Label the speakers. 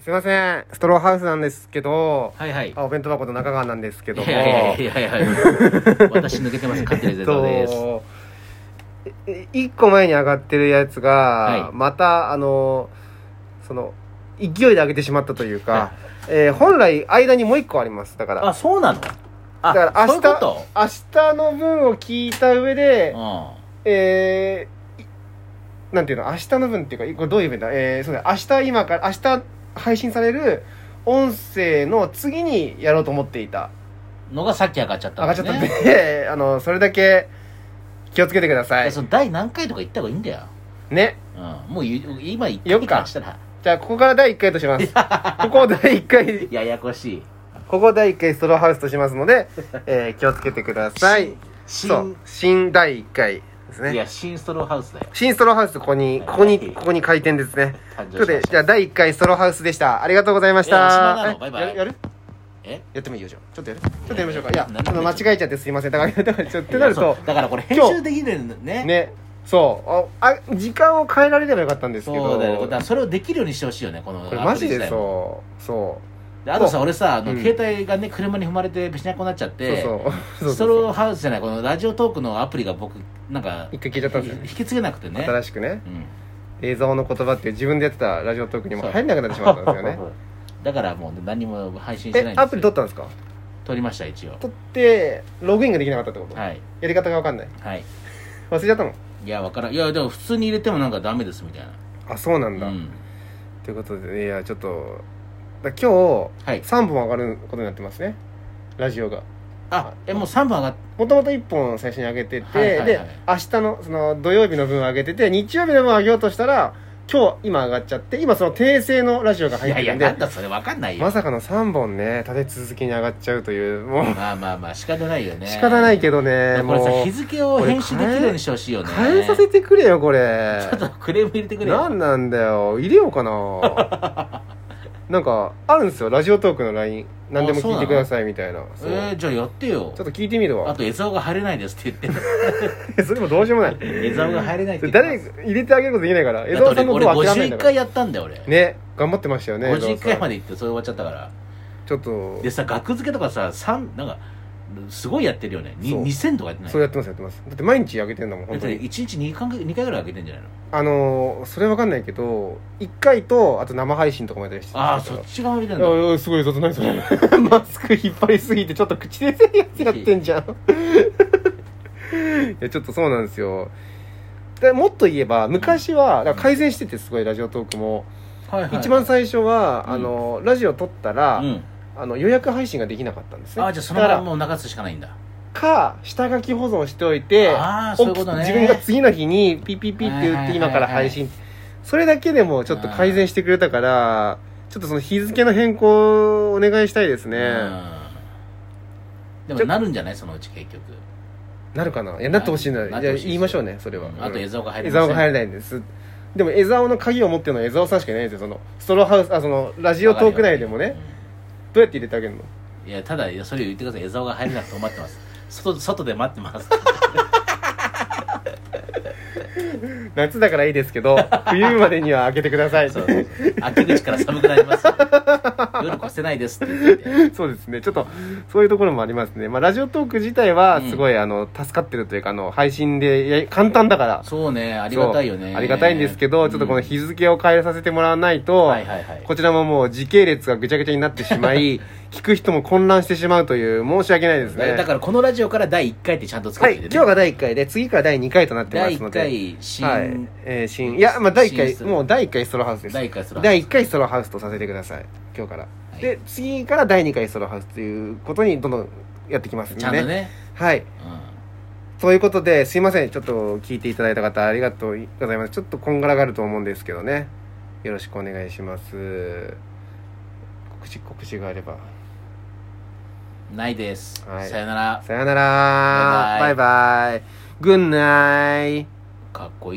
Speaker 1: すいませんストローハウスなんですけど、
Speaker 2: はいはい。
Speaker 1: あお弁当箱の中川なんですけども
Speaker 2: いやいやいやいやいや私抜けてます。勝手に
Speaker 1: えっ
Speaker 2: ゼロです。
Speaker 1: と1個前に上がってるやつが、
Speaker 2: はい
Speaker 1: またあのその勢いで上げてしまったというか、えー本来間にもう1個ありますだから
Speaker 2: あ、そうなのあ、
Speaker 1: だから明日
Speaker 2: そういうこと
Speaker 1: 明日の分を聞いた上で、
Speaker 2: う
Speaker 1: えーいなんていうの明日の分っていうかこれどういうイベントだえーそうだ明日今から明日配信される音声の次にやろうと思っていた
Speaker 2: ん。のがさっき上がっちゃった
Speaker 1: 上
Speaker 2: ん
Speaker 1: が
Speaker 2: だ
Speaker 1: っちゃ
Speaker 2: ね、
Speaker 1: ったんで、 あのそれだけ気をつけてくださ
Speaker 2: え
Speaker 1: い
Speaker 2: その第何回とか言った方がいいんだよ。
Speaker 1: ね
Speaker 2: うん。もう言う今言っ
Speaker 1: よ
Speaker 2: て
Speaker 1: っ
Speaker 2: き
Speaker 1: か
Speaker 2: たしたら。
Speaker 1: じゃあここから第1回としますここを第1回
Speaker 2: ややこしい。
Speaker 1: ここを第1回ストローハウスとしますので、 えー気をつけてください
Speaker 2: 新、
Speaker 1: そう新第1回です
Speaker 2: い
Speaker 1: ね
Speaker 2: や、新ストローハウスだよ。
Speaker 1: 新ストローハウスここにここにここに回転ですね
Speaker 2: 誕
Speaker 1: ということ
Speaker 2: 生し
Speaker 1: で
Speaker 2: まし
Speaker 1: じゃあ
Speaker 2: た。
Speaker 1: 第1回ストローハウスでしたありがとうございまし
Speaker 2: いやおし
Speaker 1: た
Speaker 2: まいなのバイバイ
Speaker 1: やるやる
Speaker 2: え
Speaker 1: やってもいいよじゃあちょっとやるちょっとやりましょうかいや
Speaker 2: なん
Speaker 1: あ
Speaker 2: で
Speaker 1: の間違えちゃってすいませんだからだからちょっとってなる
Speaker 2: いや
Speaker 1: と
Speaker 2: そうだからこれ編集できるのね。
Speaker 1: ねそうああ時間を変えられればよかったんですけど
Speaker 2: そうだよ。だからそれをできるようにしてほしいよね、この
Speaker 1: これマジ
Speaker 2: アプ
Speaker 1: で
Speaker 2: リ自体も
Speaker 1: そうそう
Speaker 2: であとさ、俺さ、あの、
Speaker 1: うん
Speaker 2: 携帯がね、車に踏まれて、べしゃにこになっちゃって、
Speaker 1: そうそうそうそう
Speaker 2: ストローハウスじゃない、このラジオトークのアプリが僕、なんか、
Speaker 1: 一回聞いちゃったんですよね
Speaker 2: 引き継げなくてね。
Speaker 1: 新しくね
Speaker 2: うん
Speaker 1: 映像の言葉っていう自分でやってたラジオトークにも入んなくなってしまったんです よね
Speaker 2: だからもう何も配信してない
Speaker 1: え
Speaker 2: んです
Speaker 1: アプリ取ったんですか
Speaker 2: 撮りました一応
Speaker 1: 取ってログインができなかったってことや
Speaker 2: はい
Speaker 1: り方が分かんない
Speaker 2: はい
Speaker 1: 忘れちゃったの
Speaker 2: いやわからんいやでも普通に入れてもなんかダメですみたい
Speaker 1: あそうなんだ
Speaker 2: なうん
Speaker 1: ということでいやちょっとだから今
Speaker 2: はい
Speaker 1: 日3本上がることになってますねラジオが
Speaker 2: あえもう3番上がっ
Speaker 1: もともと1本最初に上げてて、
Speaker 2: はいはいはい
Speaker 1: で明日のその土曜日の分上げてて日曜日の分上げようとしたら今日今上がっちゃって今その訂正のラジオが
Speaker 2: い
Speaker 1: 入っ
Speaker 2: や
Speaker 1: て
Speaker 2: い
Speaker 1: る
Speaker 2: や
Speaker 1: んで
Speaker 2: なんだそれわかんないよ
Speaker 1: まさかの3本ね立て続けに上がっちゃうというもう
Speaker 2: まあまあまあ仕方ないよね
Speaker 1: 仕方ないけど
Speaker 2: だ
Speaker 1: ね
Speaker 2: からこれ
Speaker 1: も
Speaker 2: さ
Speaker 1: う
Speaker 2: 日付を編集できるようにしてほしいよね
Speaker 1: 変えさせてくれよこれ
Speaker 2: ちょっとクレーム入れてくれ
Speaker 1: 何
Speaker 2: よ
Speaker 1: なんだよ入れようかな なんかあるんですよラジオトークの LINE 何でも聞いてくださいみたいな
Speaker 2: え
Speaker 1: そう
Speaker 2: ーじゃあやってよ
Speaker 1: ちょっと聞いてみる
Speaker 2: あ
Speaker 1: わ
Speaker 2: と江沢が入れないですって言ってん だ
Speaker 1: それもどうしようもない
Speaker 2: 江沢が入れないって言って
Speaker 1: 誰
Speaker 2: ます
Speaker 1: 入れてあげることできないから江
Speaker 2: だっ
Speaker 1: 沢
Speaker 2: て
Speaker 1: さんのこ
Speaker 2: 俺
Speaker 1: と
Speaker 2: 俺
Speaker 1: 諦めないんだ
Speaker 2: 51
Speaker 1: から
Speaker 2: 回やったんだよ俺
Speaker 1: ね頑張ってましたよね江
Speaker 2: 50
Speaker 1: 沢さ
Speaker 2: 回
Speaker 1: ん
Speaker 2: まで行ってそれ終わっちゃったから
Speaker 1: ちょっと
Speaker 2: でさ額付けとかさ三なんかすごいやってるよねに
Speaker 1: そう
Speaker 2: 2000とかやってない
Speaker 1: そうやってますやってますだって毎日あげてんだもん
Speaker 2: だ
Speaker 1: 本
Speaker 2: っ
Speaker 1: 当
Speaker 2: て1
Speaker 1: に
Speaker 2: 日2回ぐ二回ぐらい上げてんじゃないの
Speaker 1: あのーそれわかんないけど1回とあと生配信とかもやったりして
Speaker 2: ああそっち側見てん
Speaker 1: い
Speaker 2: だ
Speaker 1: やいやすごいぞ何それ マスク引っ張りすぎてちょっと口でやつやってんじゃん いやちょっとそうなんですよでもっと言えば昔はだから改善しててすごいラジオトークも、
Speaker 2: はいはい
Speaker 1: 一番最初は、
Speaker 2: うん
Speaker 1: あのラジオ撮ったら、
Speaker 2: うん
Speaker 1: あの予約配信ができなかったんですね
Speaker 2: ああじゃあそのま
Speaker 1: だ
Speaker 2: ま
Speaker 1: から
Speaker 2: もう流すしかないんだ
Speaker 1: か下書き保存しておいて
Speaker 2: ああそういうことね
Speaker 1: 起き自分が次の日にピッピッピッって言
Speaker 2: はい
Speaker 1: っ
Speaker 2: はいは
Speaker 1: て
Speaker 2: い
Speaker 1: 今から配信それだけでもちょっと改善してくれたからちょっとその日付の変更をお願いしたいですね
Speaker 2: うんでもなるんじゃないそのうち結局
Speaker 1: なるかないやなってほしいな
Speaker 2: な
Speaker 1: らじ
Speaker 2: って
Speaker 1: ゃあ
Speaker 2: ほしいです
Speaker 1: 言いましょうねそれは、
Speaker 2: うんあと江沢が入
Speaker 1: 江
Speaker 2: れ
Speaker 1: 沢が入
Speaker 2: る
Speaker 1: れないんですでも江沢の鍵を持ってるのは江沢さんしかいないんですよそのストローハウスあそのラジオトーク内でもねどうやって入れてあげるの
Speaker 2: いやただいやそれ言ってください江沢が入れなくて待ってます外外で待ってます
Speaker 1: 夏だからいいですけ ど冬までには開けてくださいそ
Speaker 2: そ
Speaker 1: うう
Speaker 2: そうそう秋口から寒くなります夜越せないですって言っ て
Speaker 1: ですねちょっとそういうところもありますね、まあ、ラジオトーク自体はすごい、あの助かってるというかあの配信でや簡単だから
Speaker 2: そうねあ
Speaker 1: あ
Speaker 2: りがたいよね
Speaker 1: ありがたいんですけど、ちょっとこの日付を変えさせてもらわないと、
Speaker 2: はいはいはい
Speaker 1: こちらももう時系列がぐちゃぐちゃになってしま い、聞く人も混乱してしまうという、申し訳ないですね。
Speaker 2: だからこのラジオから第1回ってちゃんと使っ
Speaker 1: は
Speaker 2: て
Speaker 1: い、
Speaker 2: て、
Speaker 1: 今
Speaker 2: ね、
Speaker 1: 日が第1回で、次から第2回となってま
Speaker 2: 第
Speaker 1: すの
Speaker 2: 1
Speaker 1: で。
Speaker 2: 回新、
Speaker 1: はい。えー、新、いや、まあ、第1
Speaker 2: 新
Speaker 1: 回、もう第1回ストローハウスです。
Speaker 2: 第1回する
Speaker 1: 第1回ストローハウスとさせてください。今日から。
Speaker 2: い
Speaker 1: で、次から第2回ストローハウスということに、どんどんやってきますん
Speaker 2: ち
Speaker 1: で
Speaker 2: ゃんとね、
Speaker 1: はい。ということで、すいません。ちょっと聞いていただいた方、ありがとうございます。ちょっとこんがらがると思うんですけどね。よろしくお願いします。告知、告知があれば。
Speaker 2: うん、ないです、
Speaker 1: はい
Speaker 2: さよなら
Speaker 1: さよなら。
Speaker 2: バ
Speaker 1: バ
Speaker 2: イ
Speaker 1: イバイ。グンナイ。
Speaker 2: かっこいい